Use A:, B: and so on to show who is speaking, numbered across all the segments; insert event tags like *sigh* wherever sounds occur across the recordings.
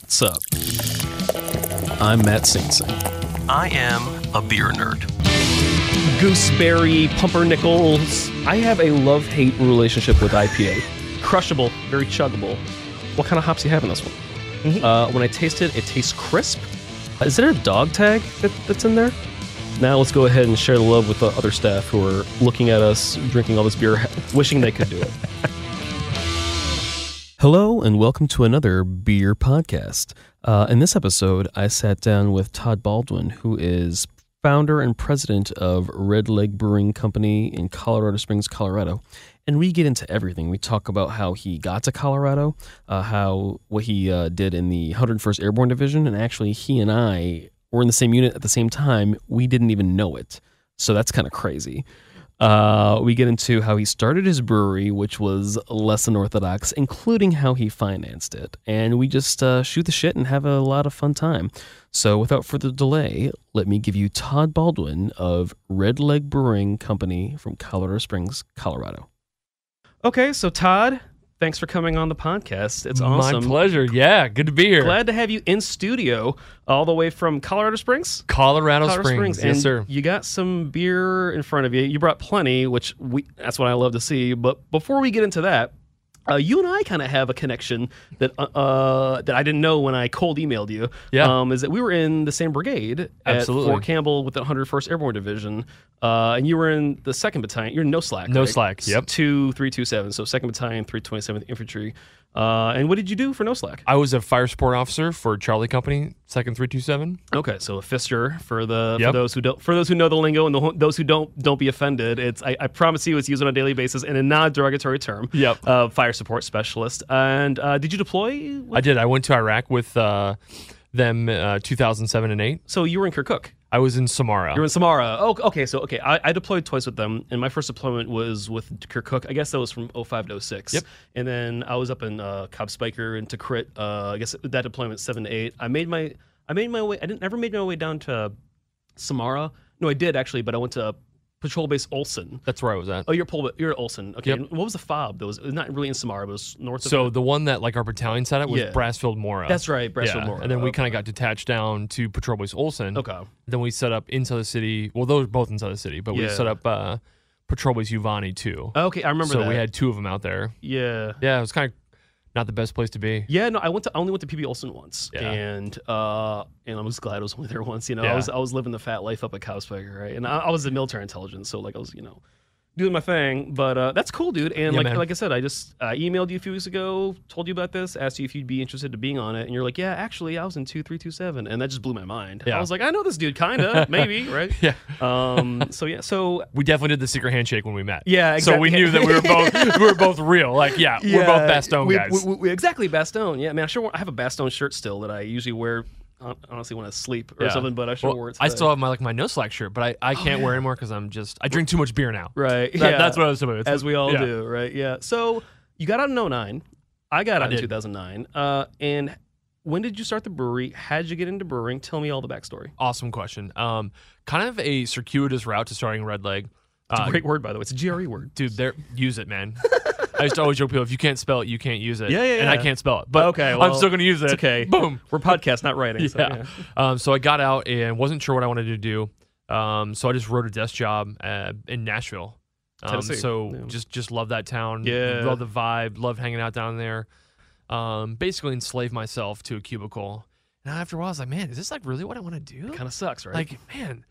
A: What's up? I'm Matt Sing Sing.
B: I am a beer nerd.
A: Gooseberry, pumpernickels.
C: I have a love hate relationship with IPA. Crushable, very chuggable. What kind of hops do you have in this one? Uh, when I taste it, it tastes crisp. Is there a dog tag that, that's in there? Now let's go ahead and share the love with the other staff who are looking at us drinking all this beer, wishing they could do it.
A: Hello, and welcome to another beer podcast. Uh, in this episode, I sat down with Todd Baldwin, who is founder and president of Red Leg Brewing Company in Colorado Springs, Colorado. And we get into everything. We talk about how he got to Colorado, uh, how what he uh, did in the 101st Airborne Division, and actually, he and I were in the same unit at the same time. We didn't even know it. So that's kind of crazy. Uh, we get into how he started his brewery, which was less than orthodox, including how he financed it. And we just uh, shoot the shit and have a lot of fun time. So, without further delay, let me give you Todd Baldwin of Red Leg Brewing Company from Colorado Springs, Colorado.
C: Okay, so Todd, thanks for coming on the podcast. It's awesome.
D: My pleasure. Yeah, good to be here.
C: Glad to have you in studio, all the way from Colorado Springs.
D: Colorado, Springs.
C: and
D: Yes, sir.
C: You got some beer in front of you. You brought plenty, which we that's what I love to see. But before we get into that, uh, you and I kind of have a connection that uh, uh, that I didn't know when I cold emailed you.
D: Yeah.
C: um, is that we were in the same brigade
D: Absolutely.
C: at Fort Campbell with the 101st Airborne Division, uh, and you were in the second battalion. You're in no slack.
D: No
C: right?
D: Slack, yep.
C: Two three two seven. So second battalion, 327th Infantry. Uh, and what did you do for no slack?
D: I was a fire support officer for Charlie Company, second three two seven.
C: Okay, so a fister for the for
D: Yep.
C: those who don't for those who know the lingo and the, who- those who don't don't be offended. It's I, I promise you it's used on a daily basis in a non-derogatory term.
D: Yep.
C: Uh, fire support specialist. And uh, did you deploy?
D: I did. I went to Iraq with uh, them uh, two thousand seven and eight.
C: So you were in Kirkuk.
D: I was in Samara.
C: You're in Samara. Oh, okay. So okay, I, I deployed twice with them, and my first deployment was with Kirkuk. I guess that was from 05 to 06.
D: Yep.
C: And then I was up in uh, Cobb Spiker and Tikrit. Uh, I guess that deployment seven to eight. I made my I made my way. I didn't ever made my way down to Samara. No, I did actually, but I went to Patrol Base Olson.
D: That's where I was at.
C: Oh, you're Pol- you're at Olson. Okay.
D: Yep.
C: and What was the fob? That was, it was not really in Samara, but it was north of.
D: So the one that like our battalion sat at was
C: Yeah.
D: Brassfield Mora.
C: that's right, Brassfield
D: yeah.
C: Mora.
D: And then we
C: Okay.
D: kind of got detached down to Patrol Base Olson.
C: Okay.
D: Then we set up inside the city. Well, those were both inside the city, but we
C: Yeah.
D: set up uh, Patrol Base Uvani too.
C: Okay, I remember
D: so
C: that.
D: we had two of them out there.
C: yeah.
D: Yeah, it was kind of not the best place to be.
C: Yeah, no, I went to I only went to PB Olson once,
D: Yeah.
C: and uh, and I was glad I was only there once. You know, I
D: Yeah.
C: was I was living the fat life up at Cowspire, right? And I, I was in military intelligence, so like I was you know doing my thing. But uh, that's cool, dude. And
D: Yeah,
C: like
D: man.
C: like I said, I just uh, emailed you a few weeks ago, told you about this, asked you if you'd be interested to being on it, and you're like, yeah, actually, I was in two three two seven, and that just blew my mind. I
D: Yeah.
C: was like, I know this dude,
D: *laughs*
C: kinda, maybe, right?
D: Yeah.
C: Um. So yeah. So
D: we definitely did the secret handshake when we met.
C: Yeah,
D: So we
C: exactly.
D: knew that we
C: *laughs*
D: were both we were both real. Like, yeah, we're both Bastogne
C: we-
D: guys.
C: we- we- exactly, Bastogne. Yeah, man, I sure wa- I have a Bastogne shirt still that I usually wear hon- honestly when I sleep or
D: Yeah.
C: something, but I sure
D: Well,
C: wore it.
D: I
C: today.
D: still have my like my no slack shirt, but I, I can't wear it anymore because I'm just I drink too much beer now.
C: right.
D: That-
C: yeah,
D: That's what I was about.
C: as we all
D: yeah.
C: do, right? Yeah. So you got out in 09. I got out in
D: did.
C: 2009. Uh, and when did you start the brewery? How'd you get into brewing? Tell me all the backstory.
D: Awesome question. Um, kind of a circuitous route to starting Red Leg.
C: It's
D: Uh,
C: a great word, by the way. It's a GRE word.
D: Dude, there use
C: *laughs*
D: it, man. I used to always joke people if you can't spell it, you can't use it.
C: Yeah, yeah,
D: And I
C: yeah.
D: can't spell it, but
C: Okay,
D: I'm
C: well,
D: still gonna use it.
C: It's okay.
D: Boom.
C: We're podcast, not writing. So,
D: yeah. Um, so I got out and wasn't sure what I wanted to do. Um, so I just wrote a desk job uh, in Nashville. Um,
C: Tennessee.
D: so
C: Yeah.
D: just just love that town.
C: Yeah.
D: Love the vibe. Love hanging out down there. Um, basically enslaved myself to a cubicle. And after a while, I was like, man, is this like really what I want to do?
C: Kind of sucks, right?
D: Like, man,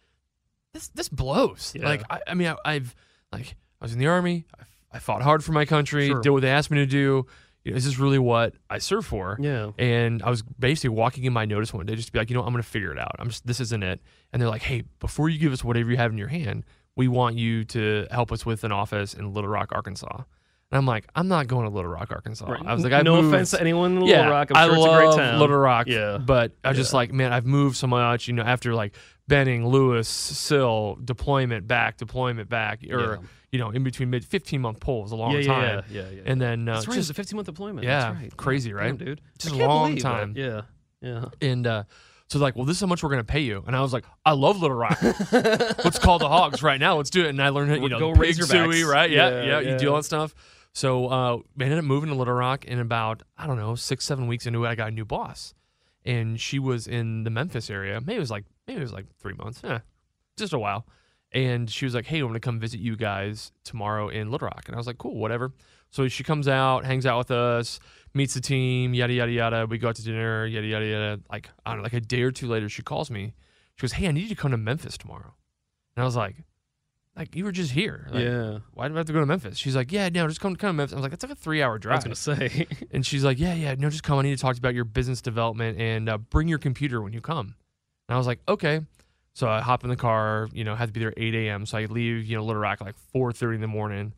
D: this this blows.
C: Yeah.
D: Like, I, I mean, I, I've like I was in the army. I, I fought hard for my country.
C: Sure.
D: Did what they asked me to do. You know, is this really what I serve for?
C: yeah.
D: And I was basically walking in my notice one day, just to be like, you know, what, I'm gonna figure it out. I'm just this isn't it. And they're like, hey, before you give us whatever you have in your hand, we want you to help us with an office in Little Rock, Arkansas. And I'm like, I'm not going to Little Rock, Arkansas. I was like, I
C: no
D: moved-
C: offense to anyone in Little
D: yeah,
C: Rock.
D: I
C: I'm sure it's
D: love
C: a great town.
D: Little Rock.
C: Yeah.
D: but I just like, man, I've moved so much. You know, after like Benning, Lewis, Sill, deployment back, deployment back, or you know, in between mid 15 month pull was a long
C: yeah, yeah,
D: time.
C: yeah, yeah, yeah.
D: And then uh,
C: That's right. it was
D: just
C: a 15 month deployment.
D: yeah,
C: That's right.
D: crazy,
C: Damn,
D: right?
C: dude?
D: Just
C: I
D: a
C: can't
D: long
C: believe it.
D: time.
C: Yeah, yeah.
D: and uh, so like, well, this is how much we're gonna pay you. And I was like, I love Little Rock. Let's call the Hogs right now. Let's do it. And I learned, you know,
C: Go
D: pig
C: Razorbacks.
D: suey, right? Yeah, yeah,
C: Yeah,
D: You do
C: yeah.
D: all that stuff. So uh, we ended up moving to Little Rock, and about I don't know six, seven weeks into it, I got a new boss, and she was in the Memphis area. Maybe it was like maybe it was like three months, Eh. yeah, just a while. And she was like, "Hey, I'm gonna come visit you guys tomorrow in Little Rock," and I was like, "Cool, whatever." So she comes out, hangs out with us, meets the team, yada yada yada. We go out to dinner, yada yada yada. Like I don't know, like a day or two later, she calls me. She goes, "Hey, I need you to come to Memphis tomorrow," and I was like, "Like you were just here, Like,
C: yeah.
D: Why do I have to go to Memphis?" She's like, "Yeah, no, just come come to Memphis." I was like, "That's like a three hour
C: I
D: drive."
C: was gonna
D: *laughs*
C: say. *laughs*
D: And she's like, "Yeah, yeah, no, just come. I need to talk to you about your business development and uh, bring your computer when you come." And I was like, "Okay." So I hop in the car. You know, had to be there at 8 a.m. So I leave, you know, Little Rock like 4:30 in the morning,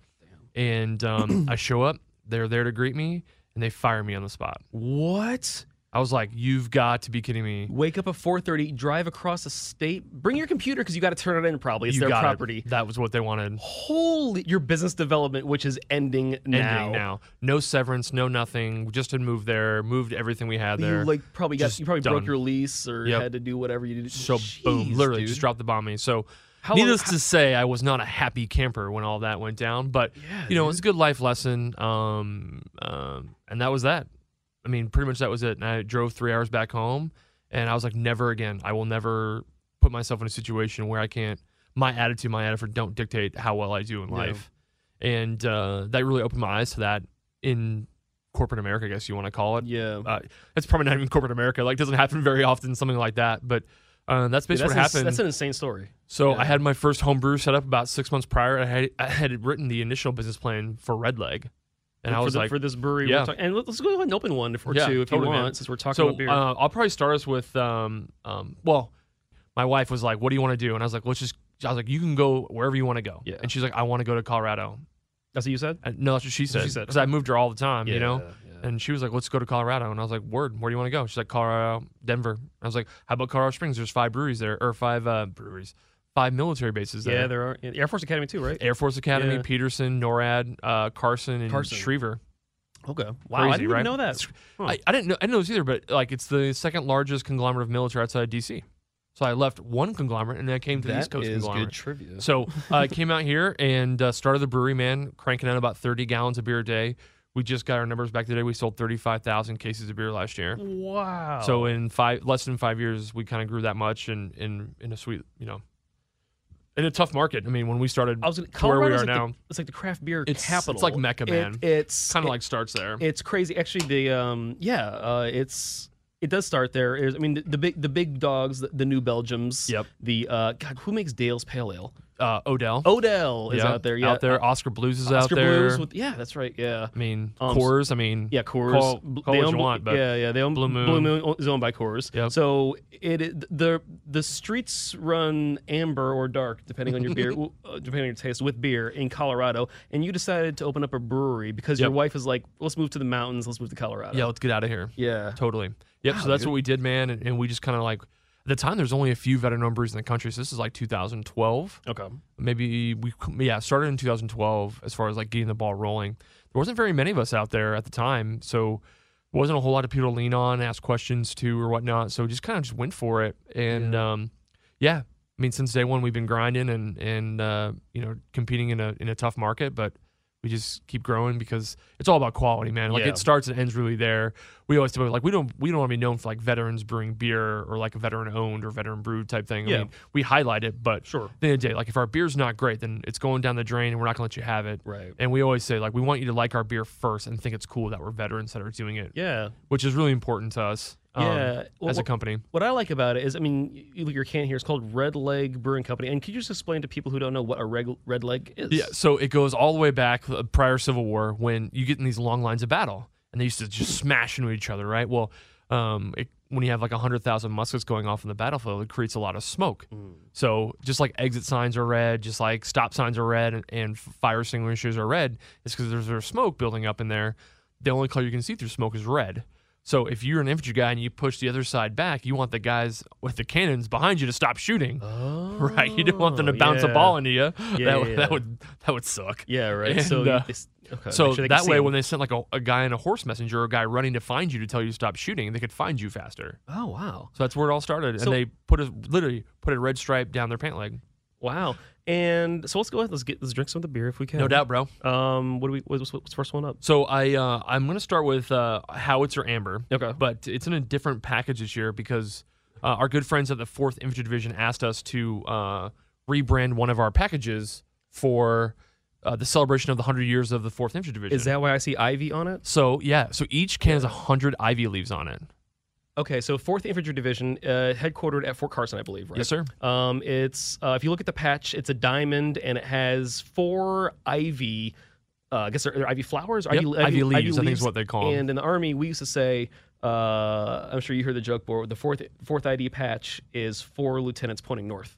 D: and um,
C: *clears throat*
D: I show up. They're there to greet me, and they fire me on the spot.
C: what?
D: I was like, "You've got to be kidding me!"
C: Wake up at 4:30, drive across the state, bring your computer because you got to turn it in. Probably it's
D: You
C: their
D: got it.
C: property.
D: That was what they wanted.
C: Holy, your business development, which is ending now.
D: Ending now. No severance, no nothing. We just had moved there, moved everything we had there.
C: You like probably got
D: Just
C: you probably
D: done.
C: broke your lease or
D: Yep.
C: had to do whatever you did.
D: so boom,
C: Jeez,
D: literally
C: dude.
D: just dropped the bomb on me. So
C: How long-
D: needless to say, I was not a happy camper when all that went down. But you know, it was a good life lesson. Um, um, and that was that. I mean, pretty much that was it. And I drove three hours back home, and I was like, never again. I will never put myself in a situation where I can't. My attitude, my effort, don't dictate how well I do in life. And uh, that really opened my eyes to that in corporate America, I guess you want to call it
C: Yeah.
D: uh, that's probably not even corporate America. Like, doesn't happen very often, something like that. But uh, that's
C: Dude, that's,
D: basically what
C: ins-
D: happened.
C: that's an insane story.
D: so I had my first homebrew set up about six months prior. I had I had written the initial business plan for Red Leg, and I
C: for
D: was
C: the-
D: like,
C: for this brewery,
D: yeah.
C: we're talk- and let- let's go ahead and open one if- or
D: Yeah,
C: two if
D: totally,
C: you
D: man.
C: want, since we're talking
D: so
C: about beer.
D: uh, I'll probably start us with um um well, my wife was like, what do you want to do? And I was like, let's just. I was like, you can go wherever you want to go.
C: Yeah.
D: And she's like, I want to go to Colorado.
C: that's what you said.
D: And no, that's what she said.
C: what she said.
D: Because I moved her all the time, you know?
C: Yeah, yeah.
D: And she was like, "Let's go to Colorado." And I was like, "Word, where do you want to go?" She's like, "Colorado, Denver." I was like, "How about Colorado Springs? There's five breweries there, or five uh, breweries, five military bases there.
C: Yeah, there are yeah, Air Force Academy too, right?
D: Air Force Academy,
C: Yeah.
D: Peterson, NORAD, uh, Carson, and
C: Carson.
D: Schriever.
C: Okay. Wow, I
D: Crazy,
C: didn't
D: right?
C: even know that. Huh.
D: I, I didn't know I didn't know this either, but like it's the second largest conglomerate of military outside of DC. So I left one conglomerate and then I came to the East Coast conglomerate.
C: trivia. *laughs*
D: So I came out here and uh, started the brewery, man, cranking out about 30 gallons of beer a day. We just got our numbers back today. We sold 35,000 cases of beer last year.
C: wow.
D: So in five less than five years, we kind of grew that much in in in a sweet you know, in a tough market. I mean, when we started,
C: I was gonna,
D: to where we
C: Colorado's
D: are
C: like
D: now,
C: The, it's like the craft beer
D: It's- it's
C: capital.
D: like Mecca, man.
C: It, it's
D: kind
C: it-
D: of like starts there.
C: it's crazy. Actually, the um yeah, uh, it's it does start there. It- I mean, the, the big the big dogs, the, the New Belgiums.
D: Yep.
C: The uh, God, who makes Dale's Pale Ale?
D: uh, Odell
C: Odell is
D: yeah,
C: out there. Yeah,
D: out there. Oscar Blues is
C: Oscar
D: out there.
C: Blues with, yeah, that's right. Yeah.
D: I mean,
C: Um,
D: Coors. I mean,
C: Yeah, Coors.
D: Call,
C: Bl-
D: call
C: they
D: what
C: own
D: you
C: Bl-
D: want, but
C: yeah, yeah, they own
D: Blue Moon.
C: Blue Moon is owned by Coors.
D: Yep.
C: So it it- the the streets run amber or dark depending on your
D: *laughs*
C: beer, w- uh, depending on your taste with beer in Colorado. And you decided to open up a brewery because your
D: Yep.
C: wife is like, let's move to the mountains, let's move to Colorado.
D: yeah, let's get out of here.
C: yeah.
D: Totally. Yep. so that's what we did, man. And, and we just kind of like at the time, there's only a few veteran owned breweries in the country. So this is like 2012.
C: Okay.
D: maybe we yeah started in 2012 as far as like getting the ball rolling there wasn't very many of us out there at the time so wasn't a whole lot of people to lean on ask questions to or whatnot so just kind of just went for it and um yeah i mean since day one we've been grinding and and uh you know competing in a in a tough market but we just keep growing because it's all about quality, man. Like
C: Yeah.
D: it starts and ends really there. We always talk about like we don't we don't want to be known for like veterans brewing beer or like a veteran owned or veteran brewed type thing. I
C: Yeah.
D: mean, we highlight it, but
C: Sure.
D: at the end of the day, like if our beer's not great, then it's going down the drain and we're not gonna let you have it.
C: Right.
D: And we always say like we want you to like our beer first and think it's cool that we're veterans that are doing it,
C: Yeah.
D: which is really important to us. um,
C: Yeah. Well,
D: as a
C: what-
D: company.
C: What I like about it is, I mean, you look at your can here. It's called Red Leg Brewing Company. And could you just explain to people who don't know what a reg, red leg is?
D: Yeah, so it goes all the way back uh, prior Civil War when you get in these long lines of battle, and they used to just smash into each other, right? Well, um, it, when you have like 100,000 muskets going off in the battlefield, it creates a lot of smoke. So just like exit signs are red, just like stop signs are red, and, and fire extinguishers are red, it's because there's, there's smoke building up in there. The only color you can see through smoke is red. So if you're an infantry guy and you push the other side back, you want the guys with the cannons behind you to stop shooting, *laughs* right? You don't want them to
C: Oh,
D: bounce
C: yeah.
D: a ball into you. that,
C: yeah,
D: would- that
C: yeah.
D: would that would suck.
C: Yeah, right.
D: And,
C: so
D: uh,
C: you- it's- okay,
D: So
C: make sure they can
D: that
C: see
D: way,
C: him.
D: when they sent like a, a guy and a horse messenger, or a guy running to find you to tell you to stop shooting, they could find you faster.
C: oh wow,
D: So that's where it all started,
C: So-
D: and they put a literally put a red stripe down their pant leg.
C: wow. And so let's go ahead. Let's get let's drink some of the beer if we can.
D: No doubt, bro.
C: Um, what do we? What's, what's the first one up?
D: So I uh, I'm gonna start with uh, Howitzer Amber.
C: Okay.
D: But it's in a different package this year because uh, our good friends at the Fourth Infantry Division asked us to uh, rebrand one of our packages for uh, the celebration of the hundred years of the Fourth Infantry Division.
C: Is that why I see Ivy on it?
D: so? Yeah. So each can has hundred ivy leaves on it.
C: Okay, so Fourth Infantry Division, uh, headquartered at Fort Carson, I believe. Right?
D: Yes, sir.
C: Um, it's uh, if you look at the patch, it's a diamond, and it has four ivy. Uh, I guess they're, they're ivy flowers. or
D: Yep, ivy leaves, I think is what they call 'em.
C: And in the army, we used to say, uh, I'm sure you heard the joke before. The fourth fourth ID patch is four lieutenants pointing north.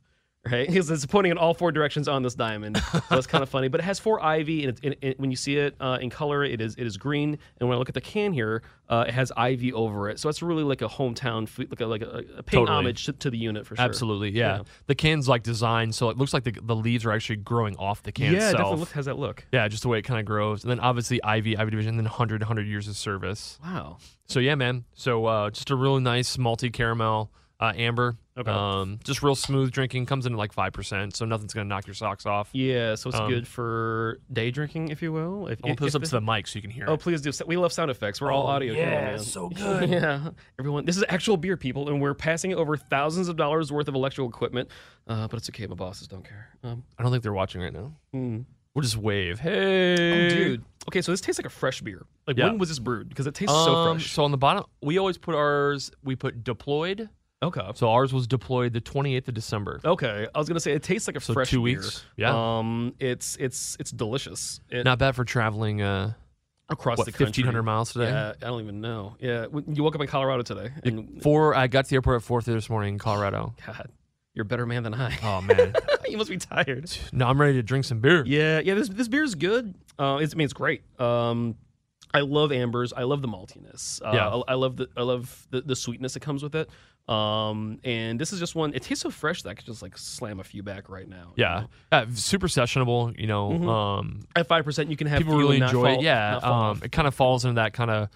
C: Right, *laughs* because it's pointing in all four directions on this diamond. So that's kind of funny. But it has four ivy, and, it's and, and when you see it uh, in color, it is it is green. And when I look at the can here, uh, it has ivy over it. So it's really like a hometown, food, like a, like a, a paying
D: Totally.
C: homage to, to the unit for sure.
D: Absolutely, yeah.
C: Yeah.
D: The can's like designed so it looks like the, the leaves are actually growing off the
C: yeah,
D: can
C: it
D: itself.
C: definitely look, has that look.
D: yeah, just the way it kind of grows. And then obviously Ivy, Ivy Division, and then 100, 100 years of service.
C: Wow.
D: So yeah, man. So uh, just a really nice malty caramel uh, amber.
C: Okay.
D: Um, just real smooth drinking. Comes in at like five percent, so nothing's gonna knock your socks off.
C: Yeah, so it's
D: Um,
C: good for day drinking, if you will. If,
D: I'll
C: if-
D: put this
C: if
D: up to the mic so you can hear.
C: Oh,
D: it.
C: please do. We love sound effects. We're all
D: Oh,
C: audio.
D: yeah,
C: here, man.
D: it's so
C: *laughs*
D: good.
C: yeah, everyone. This is actual beer, people, and we're passing over thousands of dollars worth of electrical equipment. Uh, but it's okay. My bosses don't care. Um,
D: I don't think they're watching right now.
C: mm.
D: We'll just wave. Hey,
C: oh, dude. Okay, so this tastes like a fresh beer. Like
D: Yeah.
C: when was this brewed? Because it tastes
D: Um,
C: so fresh.
D: So on the bottom, we always put ours. We put deployed.
C: Okay.
D: So ours was deployed the twenty eighth of December.
C: Okay, I was gonna say it tastes like a
D: So
C: fresh
D: two
C: beer.
D: weeks? Yeah.
C: Um, it's it's it's delicious. It,
D: Not bad for traveling uh,
C: across
D: what
C: the country.
D: fifteen hundred miles today.
C: Yeah, I don't even know. Yeah, when- you woke up in Colorado today. And,
D: Four. I got to the airport at four thirty this morning in Colorado.
C: God, you're a better man than I. *laughs*
D: Oh man,
C: you must be tired.
D: no, I'm ready to drink some beer.
C: Yeah, yeah. This this beer is good. Uh, it's, I mean, it's great. Um, I love ambers. I love the maltiness. Uh,
D: Yeah.
C: I, I love the I love the, the sweetness that comes with it. Um, and this is just one. It tastes so fresh that I could just like slam a few back right now. you
D: Yeah,
C: know?
D: yeah super sessionable. You know, um,
C: At five percent, you can Mm-hmm. have
D: people
C: few
D: really
C: and not
D: enjoy
C: fall-
D: it. Yeah,
C: not fall
D: um,
C: off.
D: it kind of falls into that kind of.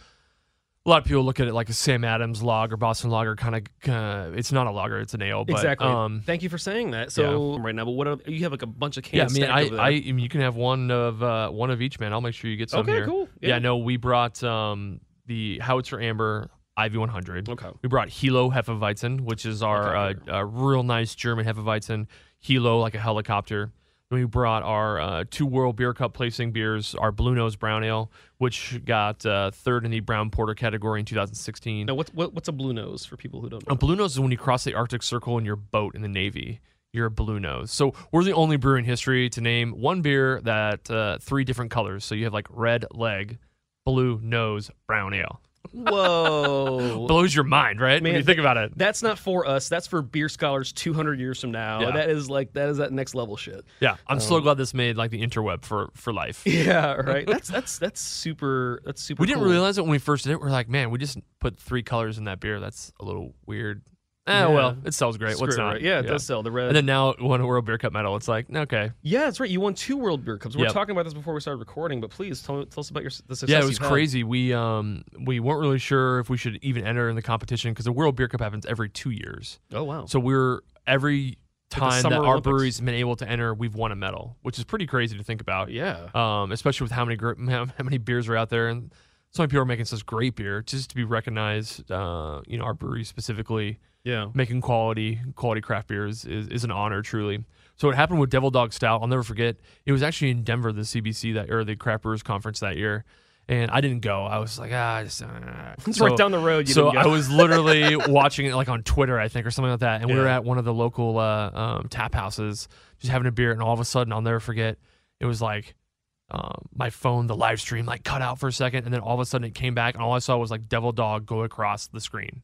D: A lot of people look at it like a Sam Adams log or Boston lager. Kind of, uh, it's not a lager, it's an ale. But,
C: exactly.
D: Um,
C: Thank you for saying that. So right now, but what are, you have like a bunch of cans.
D: yeah, I mean,
C: stacked
D: I,
C: over there.
D: I, I mean, you can have one of uh, one of each, man. I'll make sure you get some
C: Okay,
D: here.
C: cool.
D: Yeah.
C: Yeah.
D: no, we brought um, the Howitzer Amber Ivy 100.
C: Okay.
D: We brought Hilo Hefeweizen, which is our
C: Okay,
D: uh, uh, real nice German Hefeweizen. Hilo, like a helicopter. Then we brought our uh, two World Beer Cup placing beers, our Blue Nose Brown Ale, which got uh, third in the Brown Porter category in 2016.
C: now what's what, what's a blue nose for people who
D: *laughs*
C: don't know?
D: A blue nose is when you cross the Arctic Circle in your boat in the Navy. You're a blue nose. So we're the only brewer in history to name one beer that uh, three different colors. So you have like red leg, blue nose, brown ale.
C: Whoa.
D: Blows your mind, right?
C: Man,
D: when you think about it.
C: That's not for us. That's for beer scholars 200 years from now.
D: Yeah.
C: That is like that is that next level shit.
D: Yeah,
C: um,
D: I'm so glad this made like the interweb for for
C: *laughs*
D: life. *laughs*
C: Yeah, right. That's that's that's super. That's super.
D: We didn't
C: cool.
D: realize it when we first did it. We're like, man, we just put three colors in that beer. That's a little weird. Eh,
C: Yeah.
D: well, it sells great.
C: Screw
D: What's
C: it,
D: not?
C: right? Yeah, it does sell the red.
D: And then now it won a World Beer Cup medal. It's like, okay,
C: yeah, that's right. You won two World Beer Cups. We We're
D: Yep.
C: talking about this before we started recording, but please tell, tell us about your the success.
D: Yeah, it was
C: you've had.
D: crazy. We um we weren't really sure if we should even enter in the competition because the World Beer Cup happens every two years.
C: Oh wow.
D: So we're every
C: the
D: time that
C: Summer
D: our
C: Olympics.
D: brewery's been able to enter, we've won a medal, which is pretty crazy to think about.
C: yeah.
D: Um, especially with how many gr- *laughs* how how many beers are out there and so many people are making such great beer just to be recognized. Uh, you know, our brewery specifically
C: Yeah.
D: making quality quality craft beers is, is an honor truly so it happened with devil dog stout i'll never forget it was actually in denver the cbc that or the craft brewers conference that year and i didn't go i was like ah I just, uh,
C: It's right down the road. You
D: so
C: didn't
D: i
C: go.
D: was literally watching it like on twitter i think or something like that and we were
C: Yeah.
D: at one of the local uh, um, tap houses just having a beer and all of a sudden i'll never forget it was like um, my phone, the live stream, like cut out for a second, and then all of a sudden it came back, and all I saw was like Devil Dog go across the screen.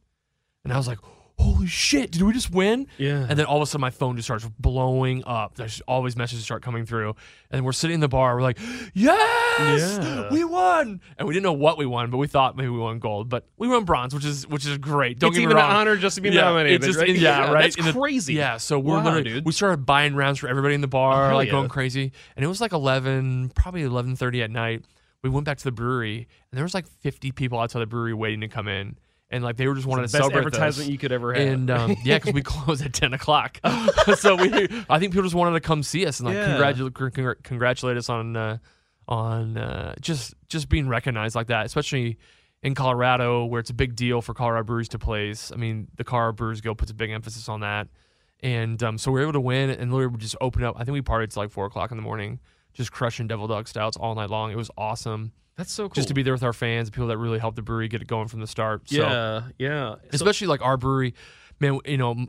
D: And I was like, holy shit, did we just win?
C: *laughs* Yeah.
D: And then all of a sudden my phone just starts blowing up. There's always messages start coming through. And we're sitting in the bar. We're like, yes,
C: Yeah.
D: we won. And we didn't know what we won, but we thought maybe we won gold. But we won bronze, which is which is great. Don't
C: it's
D: get
C: even
D: me
C: an
D: wrong.
C: honor just to be
D: Yeah,
C: nominated.
D: it's just-
C: right?
D: yeah, right?
C: That's
D: And the-
C: crazy.
D: Yeah, so we're
C: Wow,
D: literally
C: dude.
D: we started buying rounds for everybody in the
C: Oh,
D: bar,
C: hell
D: like
C: yeah.
D: going crazy. And it was like eleven, probably eleven thirty at night. We went back to the brewery, and there was like fifty people outside the brewery waiting to come in, and like they were just wanted
C: Best
D: to celebrate with us.
C: advertisement you could ever have. *laughs*
D: And um, yeah, because we closed at ten o'clock, *laughs* so we I think people just wanted to come see us and like
C: Yeah.
D: congratulate congr- congratulate us on uh, on uh, just just being recognized like that, especially in Colorado where it's a big deal for Colorado breweries to place. I mean, the Colorado Brewers Guild puts a big emphasis on that, and um, so we were able to win and literally we just open up. I think we partied till like four o'clock in the morning, just crushing Devil Dog Stouts all night long. It was awesome
C: that's so cool.
D: just to be there with our fans, people that really helped the brewery get it going from the start. So
C: yeah, yeah. So-
D: especially like our brewery man you know m-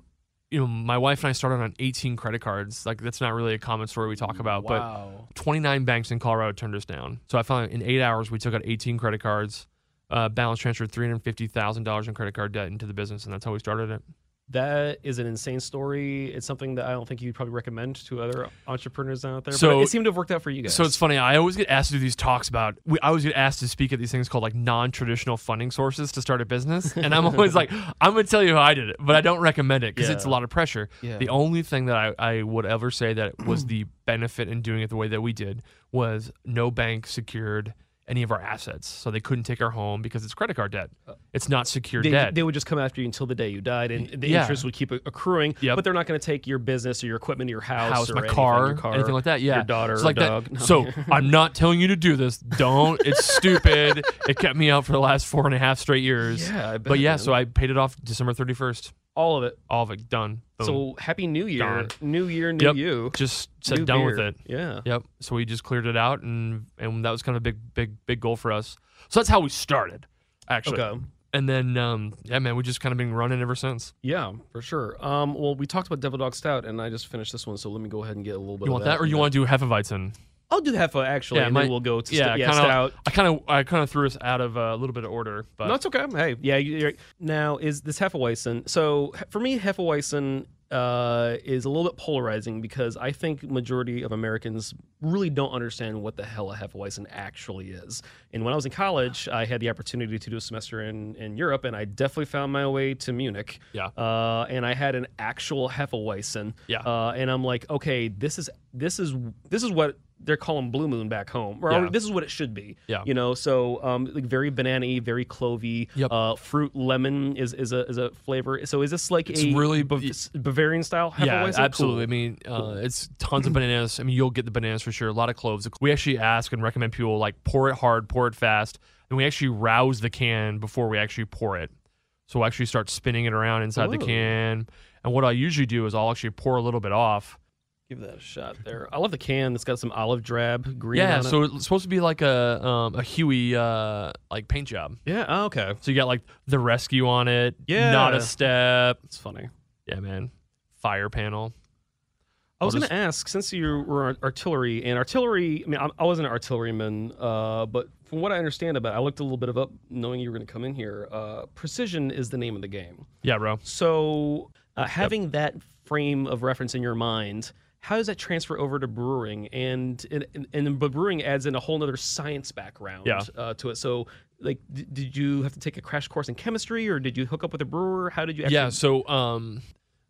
D: you know my wife and i started on 18 credit cards like that's not really a common story we talk about
C: wow.
D: but 29 banks in colorado turned us down so i found in eight hours we took out 18 credit cards uh, balance transferred $350000 in credit card debt into the business and that's how we started it
C: that is an insane story. It's something that I don't think you'd probably recommend to other entrepreneurs out there.
D: So-
C: but it seemed to have worked out for you guys.
D: So it's funny. I always get asked to do these talks about. We, I always get asked to speak at these things called like non-traditional funding sources to start a business,
C: *laughs*
D: and I'm always like, I'm gonna tell you how I did it, but I don't recommend it because it's a
C: Yeah.
D: lot of pressure.
C: Yeah.
D: The only thing that I, I would ever
C: *clears throat*
D: say that was the benefit in doing it the way that we did was no bank secured any of our assets, so they couldn't take our home because it's credit card debt. It's not secured
C: Uh, they,
D: debt.
C: they would just come after you until the day you died, and the
D: Yeah.
C: interest would keep a- accruing.
D: Yep.
C: but they're not going to take your business or your equipment, or your house,
D: house,
C: or
D: my
C: anything,
D: car,
C: your car,
D: anything like that. Yeah,
C: your daughter,
D: It's
C: or
D: like that-
C: dog. No. *laughs*
D: So I'm not telling you to do this. Don't. It's stupid. It kept me out for the last four and a half straight years.
C: Yeah, I bet,
D: but yeah,
C: man.
D: so I paid it off December 31st.
C: all of it.
D: All of it done. Boom.
C: So happy New Year,
D: Darn.
C: New Year, New
D: Yep.
C: You.
D: just
C: new
D: said done with
C: beer.
D: it.
C: Yeah.
D: Yep. So we just cleared it out, and and that was kind of a big, big, big goal for us. So that's how we started, actually.
C: Okay.
D: And then, um, yeah, man, we just kind of been running ever since.
C: Yeah, for sure. Um, well, we talked about Devil Dog Stout, and I just finished this one, so let me go ahead and get a little bit.
D: You
C: of
D: want that, or you want to do Hefeweizen?
C: I'll do the Heffa actually, and
D: my-
C: then we'll go to
D: yeah,
C: st- yeah
D: kinda,
C: Stout.
D: I kind of, I kind of threw us out of uh, a little bit of order, but
C: No, it's okay. Hey, yeah. you- You're, now is this Hefeweizen? So he- for me, Hefeweizen uh, is a little bit polarizing because I think majority of Americans really don't understand what the hell a Hefeweizen actually is. And when I was in college, I had the opportunity to do a semester in in Europe, and I definitely found my way to Munich.
D: Yeah.
C: Uh, and I had an actual Hefeweizen.
D: Yeah.
C: Uh, and I'm like, okay, this is this is this is what they're calling Blue Moon back home. Or
D: Yeah.
C: This is what it should be.
D: Yeah.
C: You know, so um, like very banana-y, very clovey.
D: Yep.
C: Uh, fruit lemon is is a is a flavor. So is this like
D: It's
C: a
D: really-
C: Bav- s- Bavarian style?
D: yeah,
C: Hefeweizen?
D: absolutely.
C: Cool.
D: I mean, uh, it's tons of bananas. I mean, you'll get the bananas for sure. A lot of cloves. We actually ask and recommend people like pour it hard, pour it fast, and we actually rouse the can before we actually pour it. So we'll actually start spinning it around inside the
C: Ooh.
D: can. And what I usually do is I'll actually pour a little bit off.
C: Give that a shot there. I love the can. It's got some olive drab green.
D: yeah,
C: on it.
D: so it's supposed to be like a um, a Huey uh, like paint job.
C: yeah. Oh, okay.
D: So you got like the rescue on it.
C: Yeah.
D: not a step.
C: It's funny.
D: Yeah, man. Fire panel.
C: I was
D: I'll
C: going to ask, since you were an artillery, and artillery, I mean, I'm- I wasn't an artilleryman, uh, but from what I understand about it, I looked a little bit of up knowing you were going to come in here. Uh, precision is the name of the game.
D: Yeah, bro.
C: So, uh, having that frame of reference in your mind, how does that transfer over to brewing? And and, and, and but brewing adds in a whole other science background
D: Yeah.
C: uh, to it. So, like, d- did you have to take a crash course in chemistry, or did you hook up with a brewer? How did you? Actually,
D: yeah so um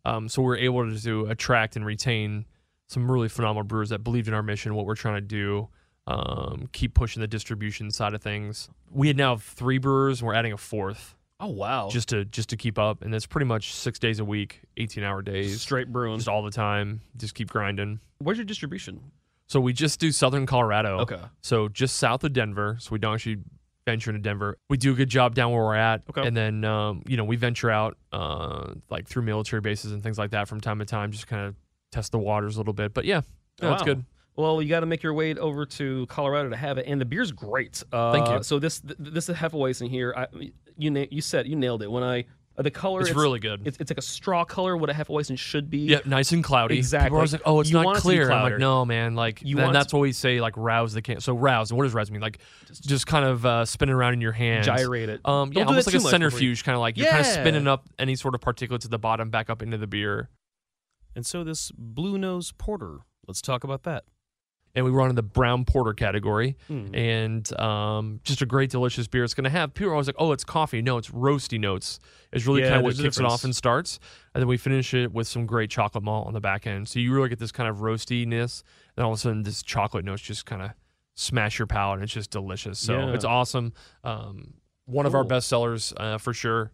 D: um so we are able to, do- attract and retain some really phenomenal brewers that believed in our mission what we're trying to do um keep pushing the distribution side of things we had now three brewers and we're adding a fourth
C: Oh wow.
D: just to just to keep up and that's pretty much six days a week 18 hour days
C: straight brewing.
D: just all the time just keep grinding
C: Where's your distribution?
D: so we just do southern colorado
C: Okay.
D: so just south of Denver. So we don't actually venture into Denver. We do a good job down where we're at,
C: Okay.
D: and then um, you know we venture out uh, like through military bases and things like that from time to time, just kind of test the waters a little bit. But yeah, no, it's
C: Wow.
D: good.
C: Well, you got to make your way over to Colorado to have it, and the beer's great. Uh,
D: Thank you.
C: So this th- this is Hefeweizen here. I, you na- you said you nailed it. When I Uh, the color
D: It's
C: is
D: really good.
C: It's, it's like a straw color, what a Hefeweizen should be.
D: Yeah, nice and cloudy. People
C: Exactly.
D: are always like, oh, it's
C: You
D: not
C: want it to be
D: clear. I'm like,
C: clouder.
D: no, man. Like,
C: You
D: and
C: want it
D: that's what we say. Like, rouse the can. So rouse. What does rouse mean? Like, just, kind of uh, spin it around in your hands,
C: Gyrate it. Don't
D: Um, yeah,
C: do
D: almost
C: that
D: like a
C: too much before you-
D: centrifuge, kind of like you're kind of
C: Yeah.
D: spinning up any sort of particulates at the bottom back up into the beer.
A: And so this Blue Nose Porter, let's talk about that.
D: And we were on the brown porter category,
C: Mm.
D: and um, just a great, delicious beer. It's going to have people are always like, oh, it's coffee. No, it's roasty notes. Is really
C: Yeah,
D: kind of what
C: there's a
D: kicks it
C: difference.
D: off and starts, and then we finish it with some great chocolate malt on the back end. So you really get this kind of roastiness, and all of a sudden this chocolate notes just kind of smash your palate, and it's just delicious. So
C: Yeah.
D: it's awesome. Um, one of our
C: Cool.
D: best sellers uh, for sure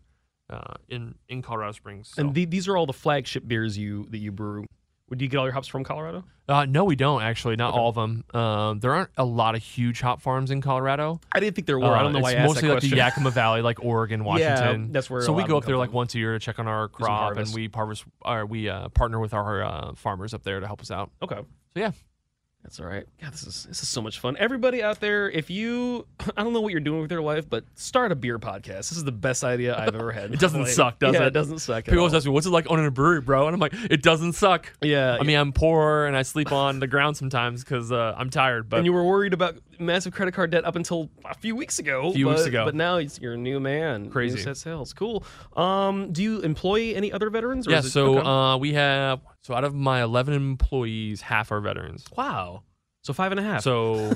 D: uh, in in Colorado Springs. so.
C: And the, these are all the flagship beers you that you brew. Would you get all your hops from Colorado?
D: Uh, no, we don't actually. Not all of them. Um, there aren't a lot of huge hop farms in Colorado.
C: I didn't think there were. I don't know
D: Uh,
C: why
D: it's
C: I asked
D: mostly
C: that
D: like the
C: question.
D: Yakima Valley,
C: *laughs*
D: like Oregon, Washington.
C: that's where a
D: So we
C: lot of
D: go
C: them
D: up there
C: come
D: like
C: from.
D: once a year to check on our
C: some
D: crop, and
C: harvest.
D: we harvest. Or we uh, partner with our uh, farmers up there to help us out.
C: Okay.
D: So yeah,
C: That's all right. God, this is this is so much fun. Everybody out there, if you, *laughs* I don't know what you're doing with your life, but start a beer podcast. This is the best idea I've ever had.
D: It doesn't suck, does
C: yeah,
D: it?
C: It doesn't suck. At
D: people
C: all.
D: always ask me, "What's it like owning a brewery, bro?" And I'm like, "It doesn't suck."
C: yeah.
D: I mean, I'm poor and I sleep on the ground sometimes because uh, I'm tired. But
C: and you were worried about massive credit card debt up until a few weeks ago.
D: Few
C: but,
D: weeks ago.
C: but now it's, you're a new man. New
D: Crazy.
C: set sales. Cool. Um, do you employ any other veterans? Or
D: yeah,
C: is it-
D: so
C: okay.
D: uh, we have so out of my 11 employees, half are veterans.
C: wow. So five and a half. *laughs*
D: So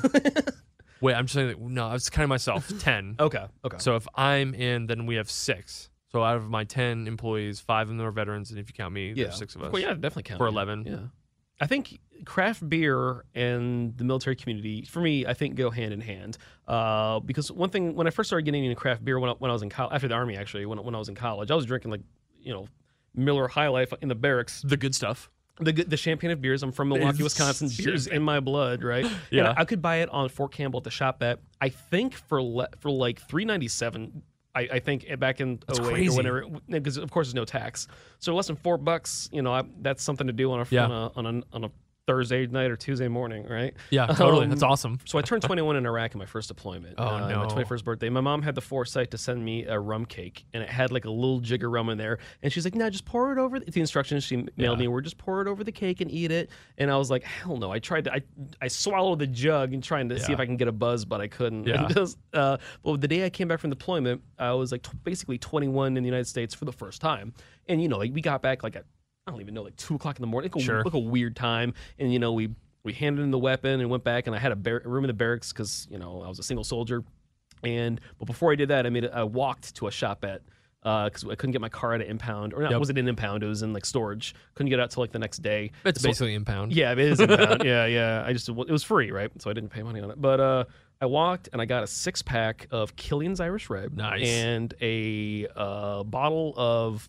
D: wait, I'm just saying. That, no, I was counting myself.
C: *laughs*
D: Ten.
C: okay. Okay.
D: So if I'm in, then we have six. So out of my ten employees, five of them are veterans, and if you count me,
C: yeah.
D: there's six of us.
C: Well, yeah, definitely count.
D: We're
C: yeah.
D: 11.
C: Yeah. I think craft beer and the military community, for me, I think go hand in hand. Uh, because one thing, when I first started getting into craft beer, when I, when I was in college, after the army actually, when, when I was in college, I was drinking like, you know, Miller High Life in the barracks,
D: The good stuff.
C: the good- the champagne of beers. I'm from Milwaukee,
D: *laughs*
C: Wisconsin. Beers in my blood, right? And
D: Yeah.
C: I could buy it on Fort Campbell at the shop at I think for le- for like three ninety seven. I, I think eh, back in 08
D: crazy.
C: or whenever, because of course there's no tax. So less than four bucks, you know, I, that's something to do on a,
D: Yeah.
C: on a on a on a Thursday night or Tuesday morning, right?
D: Yeah, totally.
C: Um,
D: That's awesome.
C: So I turned
D: *laughs*
C: 21 in Iraq in my first deployment.
D: Oh,
C: uh,
D: no.
C: My 21st birthday. My mom had the foresight to send me a rum cake, and it had like a little jig of rum in there. And she's like, "No, just pour it over." The, the instructions she mailed me were just pour it over the cake and eat it. And I was like, "Hell no!" I tried to. I I swallowed the jug and trying to see if I can get a buzz, but I couldn't.
D: Yeah.
C: Because, uh, but the day I came back from deployment, I was like t- basically 21 in the United States for the first time. And you know, like we got back like at I don't even know, like two o'clock in the morning. Like a,
D: Sure.
C: like a weird time. And you know, we we handed him the weapon and went back, and I had a, bar- a room in the barracks because you know I was a single soldier. And but before I did that, I made a, I walked to a shop at because I couldn't get my car out of impound or not.
D: Yep.
C: It wasn't in impound. It was in like storage. Couldn't get out till like the next day.
D: It's
C: So-
D: basically impound.
C: yeah, it is.
D: *laughs*
C: impound. yeah, yeah. I just it was free, right? So I didn't pay money on it. But uh, I walked and I got a six pack of Killian's Irish Red,
D: Nice.
C: and a uh, bottle of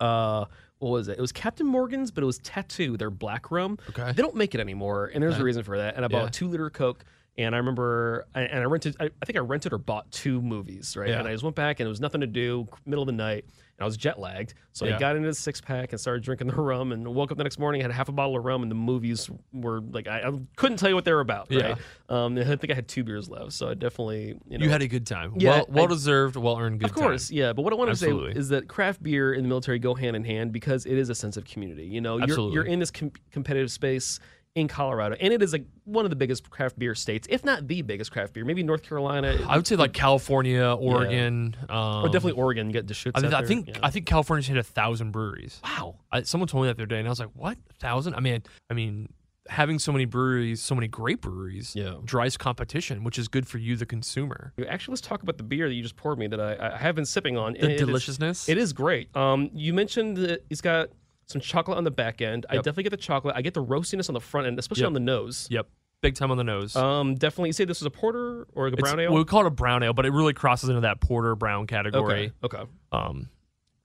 C: uh, what was it? It was Captain Morgan's, but it was Tattoo, their black rum.
D: Okay.
C: They don't make it anymore, and there's a reason for that. And I bought
D: Yeah.
C: a two liter Coke. And I remember, and and I rented. I I think I rented or bought two movies, right?
D: Yeah.
C: And I just went back, and it was nothing to do, middle of the night, and I was jet lagged. So
D: Yeah.
C: I got into the six pack and started drinking the *laughs* rum, and woke up the next morning, had half a bottle of rum, and the movies were like I, I couldn't tell you what they were about.
D: Yeah.
C: Right? Um, I think I had two beers left, so I definitely you know
D: You had a good time.
C: Yeah,
D: well,
C: I-
D: well deserved, well earned good
C: of course,
D: time.
C: yeah. But what I want to say
D: Absolutely.
C: is that craft beer and the military go hand in hand because it is a sense of community. You know, you're,
D: Absolutely.
C: you're in this com- competitive space in Colorado, and it is like one of the biggest craft beer states, if not the biggest craft beer. Maybe North Carolina,
D: I would say like California, Oregon. Um,
C: or definitely Oregon get the shits.
D: I,
C: out
D: I
C: there,
D: think
C: yeah.
D: I think California's hit a thousand breweries.
C: wow.
D: I, someone told me that the other day, and I was like, "What? A thousand? I mean, I mean, having so many breweries, so many great breweries,
C: Yeah.
D: drives competition, which is good for you, the consumer.
C: You Actually, let's talk about the beer that you just poured me that I, I have been sipping on.
D: The
C: and it is-
D: deliciousness.
C: It is great. Um, you mentioned that it's got some chocolate on the back end. I
D: Yep.
C: definitely get the chocolate. I get the roastiness on the front end, especially
D: Yep.
C: on the nose.
D: Yep, big time on the nose.
C: Um, definitely. You say this is a porter or like a
D: It's-
C: brown
D: well,
C: ale?
D: we call it a brown ale, but it really crosses into that porter brown category.
C: Okay. Okay.
D: Um,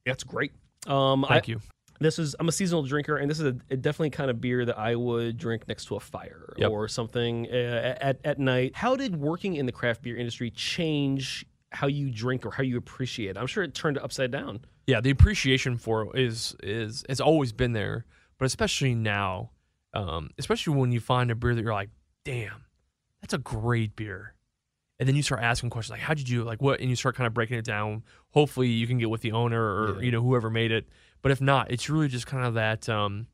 C: That's great. Um, I,
D: thank you.
C: This is I'm a seasonal drinker, and this is a, a definitely kind of beer that I would drink next to a fire
D: Yep.
C: or something uh, at at night. How did working in the craft beer industry change how you drink or how you appreciate? it? I'm sure it turned upside down.
D: Yeah, the appreciation for it is is has always been there, but especially now, um, especially when you find a beer that you're like, damn, that's a great beer, and then you start asking questions like, "How did you like what?" And you start kind of breaking it down. Hopefully, you can get with the owner or you know whoever made it. But if not, it's really just kind of that um,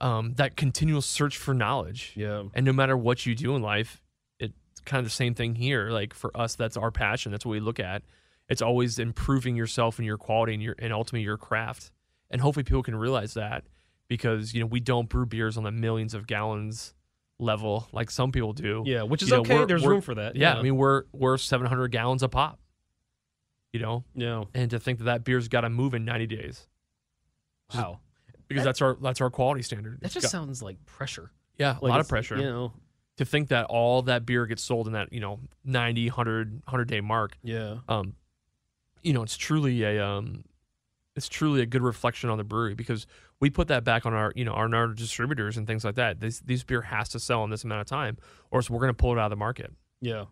D: um, that continual search for knowledge.
C: Yeah.
D: And no matter what you do in life, it's kind of the same thing here. Like for us, that's our passion. That's what we look at. It's always improving yourself and your quality and your and ultimately your craft. And hopefully people can realize that because you know we don't brew beers on the millions of gallons level like some people do.
C: Yeah, which is
D: You know,
C: okay.
D: we're-
C: There's
D: we're-
C: room for that.
D: Yeah, I mean we're we're 700 gallons a pop. You know,
C: yeah.
D: and to think that that beer's got to move in 90 days
C: Wow.
D: because that's our that's our quality standard.
C: That
D: It's
C: just
D: got-
C: sounds like pressure.
D: yeah, a
C: Like
D: lot
C: it's-
D: of pressure.
C: You know.
D: to think that all that beer gets sold in that you know 90 100 100 day mark
C: Yeah.
D: um you know it's truly a um it's truly a good reflection on the brewery because we put that back on our you know on our distributors and things like that this these beer has to sell in this amount of time or else we're going to pull it out of the market
C: Yeah.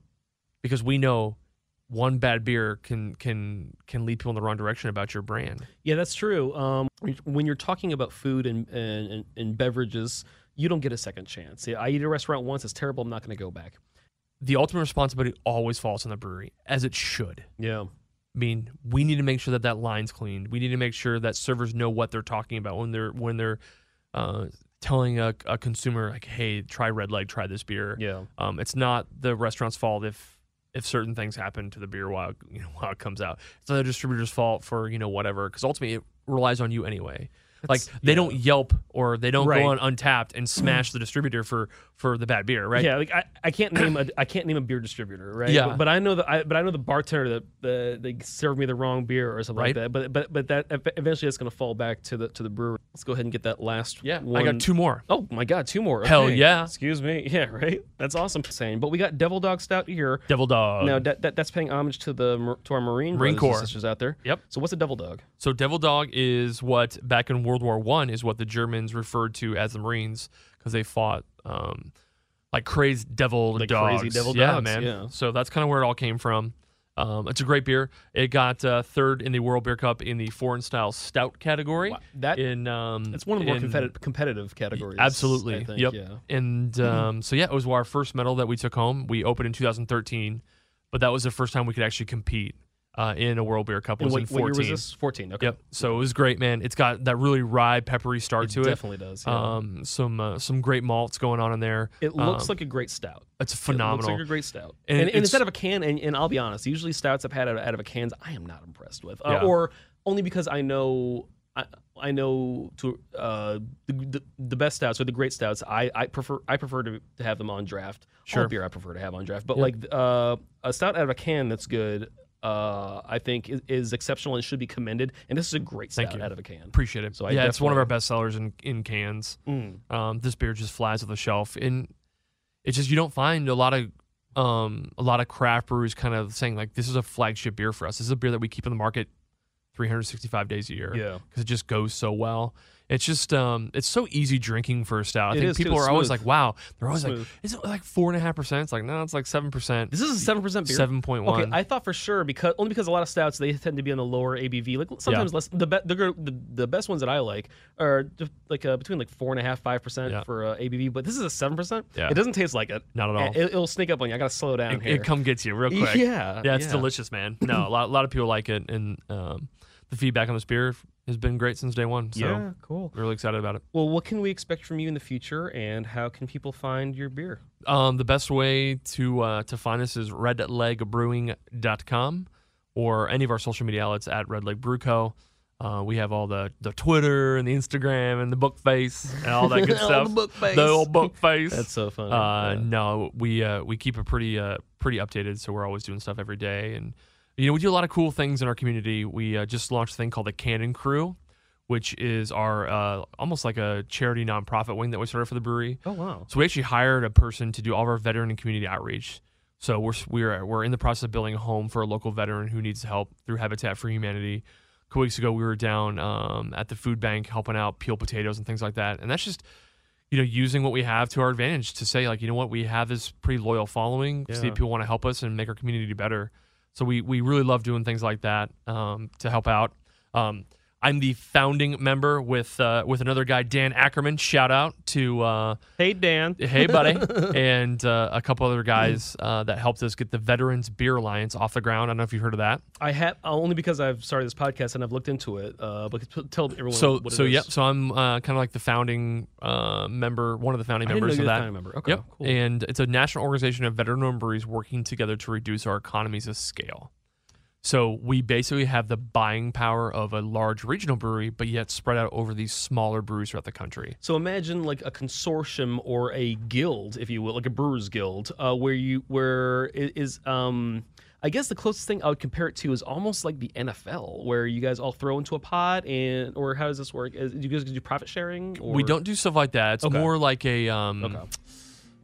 D: because we know one bad beer can can can lead people in the wrong direction about your brand
C: Yeah, that's true. Um, when you're- when you're talking about food and, and, and, and beverages, you don't get a second chance. Yeah, I eat at a restaurant once, it's terrible, I'm not going to go back.
D: the ultimate responsibility always falls on the brewery as it should
C: Yeah.
D: I mean, we need to make sure that that line's cleaned. We need to make sure that servers know what they're talking about when they're when they're uh, telling a, a consumer like, "Hey, try Red Leg, try this beer."
C: Yeah.
D: Um, it's not the restaurant's fault if if certain things happen to the beer while it- you know *laughs* while it comes out. It's not the distributor's fault for you know whatever because ultimately it relies on you anyway. like they don't Yelp or they don't
C: Right.
D: go on Untapped and smash the distributor for for the bad beer, right?
C: Yeah, like I, I can't name a I can't name a beer distributor, right?
D: Yeah.
C: But, but I know the I, but I know the bartender that the, they served me the wrong beer or something like that.
D: Right.
C: But but but that ev- eventually that's going to fall back to the to the brewer. Let's go ahead and get that last.
D: yeah.
C: one.
D: I got two more.
C: Oh my god, two more.
D: Hell
C: Okay.
D: yeah.
C: Excuse me. *laughs* Yeah, right. That's awesome. Saying, but we got Devil Dog Stout here.
D: Devil Dog.
C: now that, that that's paying homage to the mar- to our Marine
D: Marine
C: brothers and
D: Corps.
C: sisters out there.
D: Yep.
C: So what's a Devil Dog?
D: So Devil Dog is what back in World War One is what the Germans referred to as the Marines because they fought um, like crazy devil
C: Like
D: dogs.
C: crazy devil
D: yeah,
C: dogs,
D: man.
C: yeah.
D: So that's kind of where it all came from. Um, it's a great beer. It got uh, third in the World Beer Cup in the foreign style stout category.
C: Wow. That-
D: in um,
C: It's one of the more
D: in-
C: competitive competitive categories.
D: Absolutely.
C: I think,
D: yep.
C: Yeah. Mm-hmm.
D: And um, so yeah, it was our first medal that we took home. We opened in 2013, but that was the first time we could actually compete uh, in a World Beer Cup.
C: And
D: Was
C: what,
D: in
C: what
D: 14.
C: year was this? Fourteen. Okay.
D: Yep. So it was great, man. It's got that really rye, peppery start
C: It
D: to it.
C: definitely does. yeah.
D: Um, some uh, some great malts going on in there.
C: It looks
D: Um,
C: like a great stout.
D: it's
C: It looks
D: phenomenal.
C: like a great stout.
D: And
C: And, and
D: it's-
C: instead of a can, and, and I'll be honest, usually stouts I've had out, out of a cans, I am not impressed with, uh,
D: Yeah.
C: or only because I know. I, I know to uh, the, the the best stouts or the great stouts. I, I prefer I prefer to, to have them on draft.
D: Sure.
C: All beer I prefer to have on draft. But like uh, a stout out of a can that's good, uh, I think is, is exceptional and should be commended. And this is a great
D: Thank
C: stout
D: you.
C: out of a can.
D: Appreciate it.
C: So I
D: yeah, it's one of
C: definitely-
D: our best sellers in in cans.
C: Mm.
D: Um, this beer just flies off the shelf, and it's just you don't find a lot of um a lot of craft breweries kind of saying like this is a flagship beer for us. This is a beer that we keep in the market 365 days a year.
C: Yeah.
D: because it just goes so well. It's just um, it's so easy drinking for a stout. I
C: It
D: think
C: is, too.
D: people
C: It's
D: are always
C: smooth.
D: like, wow, they're always like,
C: Smooth.
D: is it like four and a half percent? It's like no, it's like seven percent,
C: This is a seven percent beer.
D: seven point
C: Okay,
D: one.
C: I thought for sure because only because a lot of stouts they tend to be on the lower ABV. Like sometimes less. The, be, the gr- the the best ones that I like are d- like uh, between like four and a half five percent
D: Yeah.
C: for uh, ABV. But this is a seven percent.
D: Yeah.
C: It doesn't taste like it.
D: Not at all.
C: It, it'll sneak up on you. I gotta slow down
D: It,
C: here. *laughs*
D: it come gets you real quick.
C: Yeah,
D: yeah, it's
C: Uh, yeah.
D: delicious, man. No, a lot, a lot of people like it, and um, the feedback on this beer has been great since day one. So
C: yeah, cool.
D: really excited about it.
C: Well, what can we expect from you in the future, and how can people find your beer?
D: Um, the best way to uh, to find us is redlegbrewing.com or any of our social media outlets at Red Leg Brew Co. Uh, we have all the, the Twitter and the Instagram and the book face and all that
C: *laughs*
D: good
C: All
D: stuff.
C: the book face.
D: The
C: *laughs*
D: old book face.
C: That's so funny.
D: Uh,
C: Yeah.
D: No, we uh, we keep it pretty uh, pretty updated, so we're always doing stuff every day, and you know we do a lot of cool things in our community. We uh, just launched a thing called the Cannon Crew, which is our uh, almost like a charity nonprofit wing that we started for the brewery.
C: Oh wow.
D: So we actually hired a person to do all of our veteran and community outreach. So we're we're we're in the process of building a home for a local veteran who needs help through Habitat for Humanity. A couple weeks ago, we were down um, at the food bank helping out peel potatoes and things like that, and that's just you know using what we have to our advantage to say like you know what we have this pretty loyal following. See if people want to help us and make our community better. So we we really love doing things like that um, to help out. Um, I'm the founding member with uh, with another guy, Dan Ackerman. Shout out to uh,
C: Hey, Dan. *laughs*
D: hey buddy, and uh, a couple
C: Hmm.
D: other guys uh, that helped us get the Veterans Beer Alliance off the ground. I don't know if you have heard of that.
C: I have only because I've started this podcast and I've looked into it. Uh, but t- tell everyone.
D: So
C: what it
D: so
C: is.
D: yep. So I'm uh, kind of like the founding uh, member, one of the founding
C: I didn't know
D: members
C: you were the
D: of that.
C: founding member. Okay,
D: Yep.
C: cool.
D: And it's a national organization of veteran-owned breweries working together to reduce our economies of scale. So we basically have the buying power of a large regional brewery, but yet spread out over these smaller breweries throughout the country.
C: So imagine like a consortium or a guild, if you will, like a brewers guild, uh, where you where it is. Um, I guess the closest thing I would compare it to is almost like the NFL, where you guys all throw into a pot, and or how does this work? Is, do you guys do profit sharing? Or?
D: We don't do stuff like that. It's
C: Okay.
D: more like a um,
C: Okay.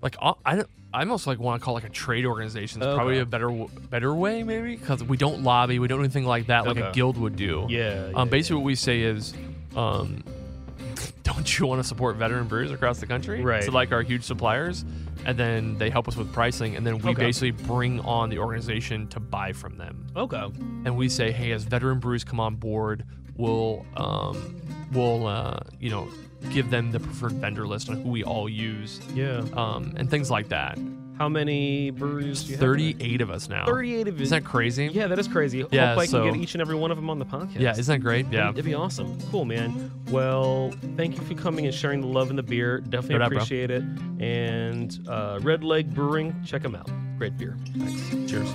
D: like uh, I don't. I almost like want to call it like a trade organization. It's probably
C: Okay.
D: a better w- better way maybe because we don't lobby, we don't do anything like that like a
C: Okay.
D: guild would do.
C: Yeah. yeah,
D: Um, basically, what we say is, um, *laughs* don't you want to support veteran brewers across the country?
C: Right.
D: So like our huge suppliers, and then they help us with pricing, and then we
C: Okay.
D: basically bring on the organization to buy from them,
C: yeah. Okay.
D: and we say, hey, as veteran brewers come on board, we'll um, we'll uh, you know give them the preferred vendor list on who we all use,
C: Yeah.
D: um, and things like that.
C: How many breweries do you have?
D: Thirty-eight of us now.
C: 38 of it.
D: Isn't that crazy?
C: Yeah, that is crazy.
D: Yeah,
C: Hope I
D: so-
C: can get each and every one of them on the podcast.
D: Yeah. Isn't that great? Yeah.
C: It'd be awesome. Cool, man. Well, thank you for coming and sharing the love and the beer. Definitely
D: No doubt, bro.
C: appreciate it. And uh, Red Leg Brewing, check them out. Great beer.
D: Thanks. Cheers.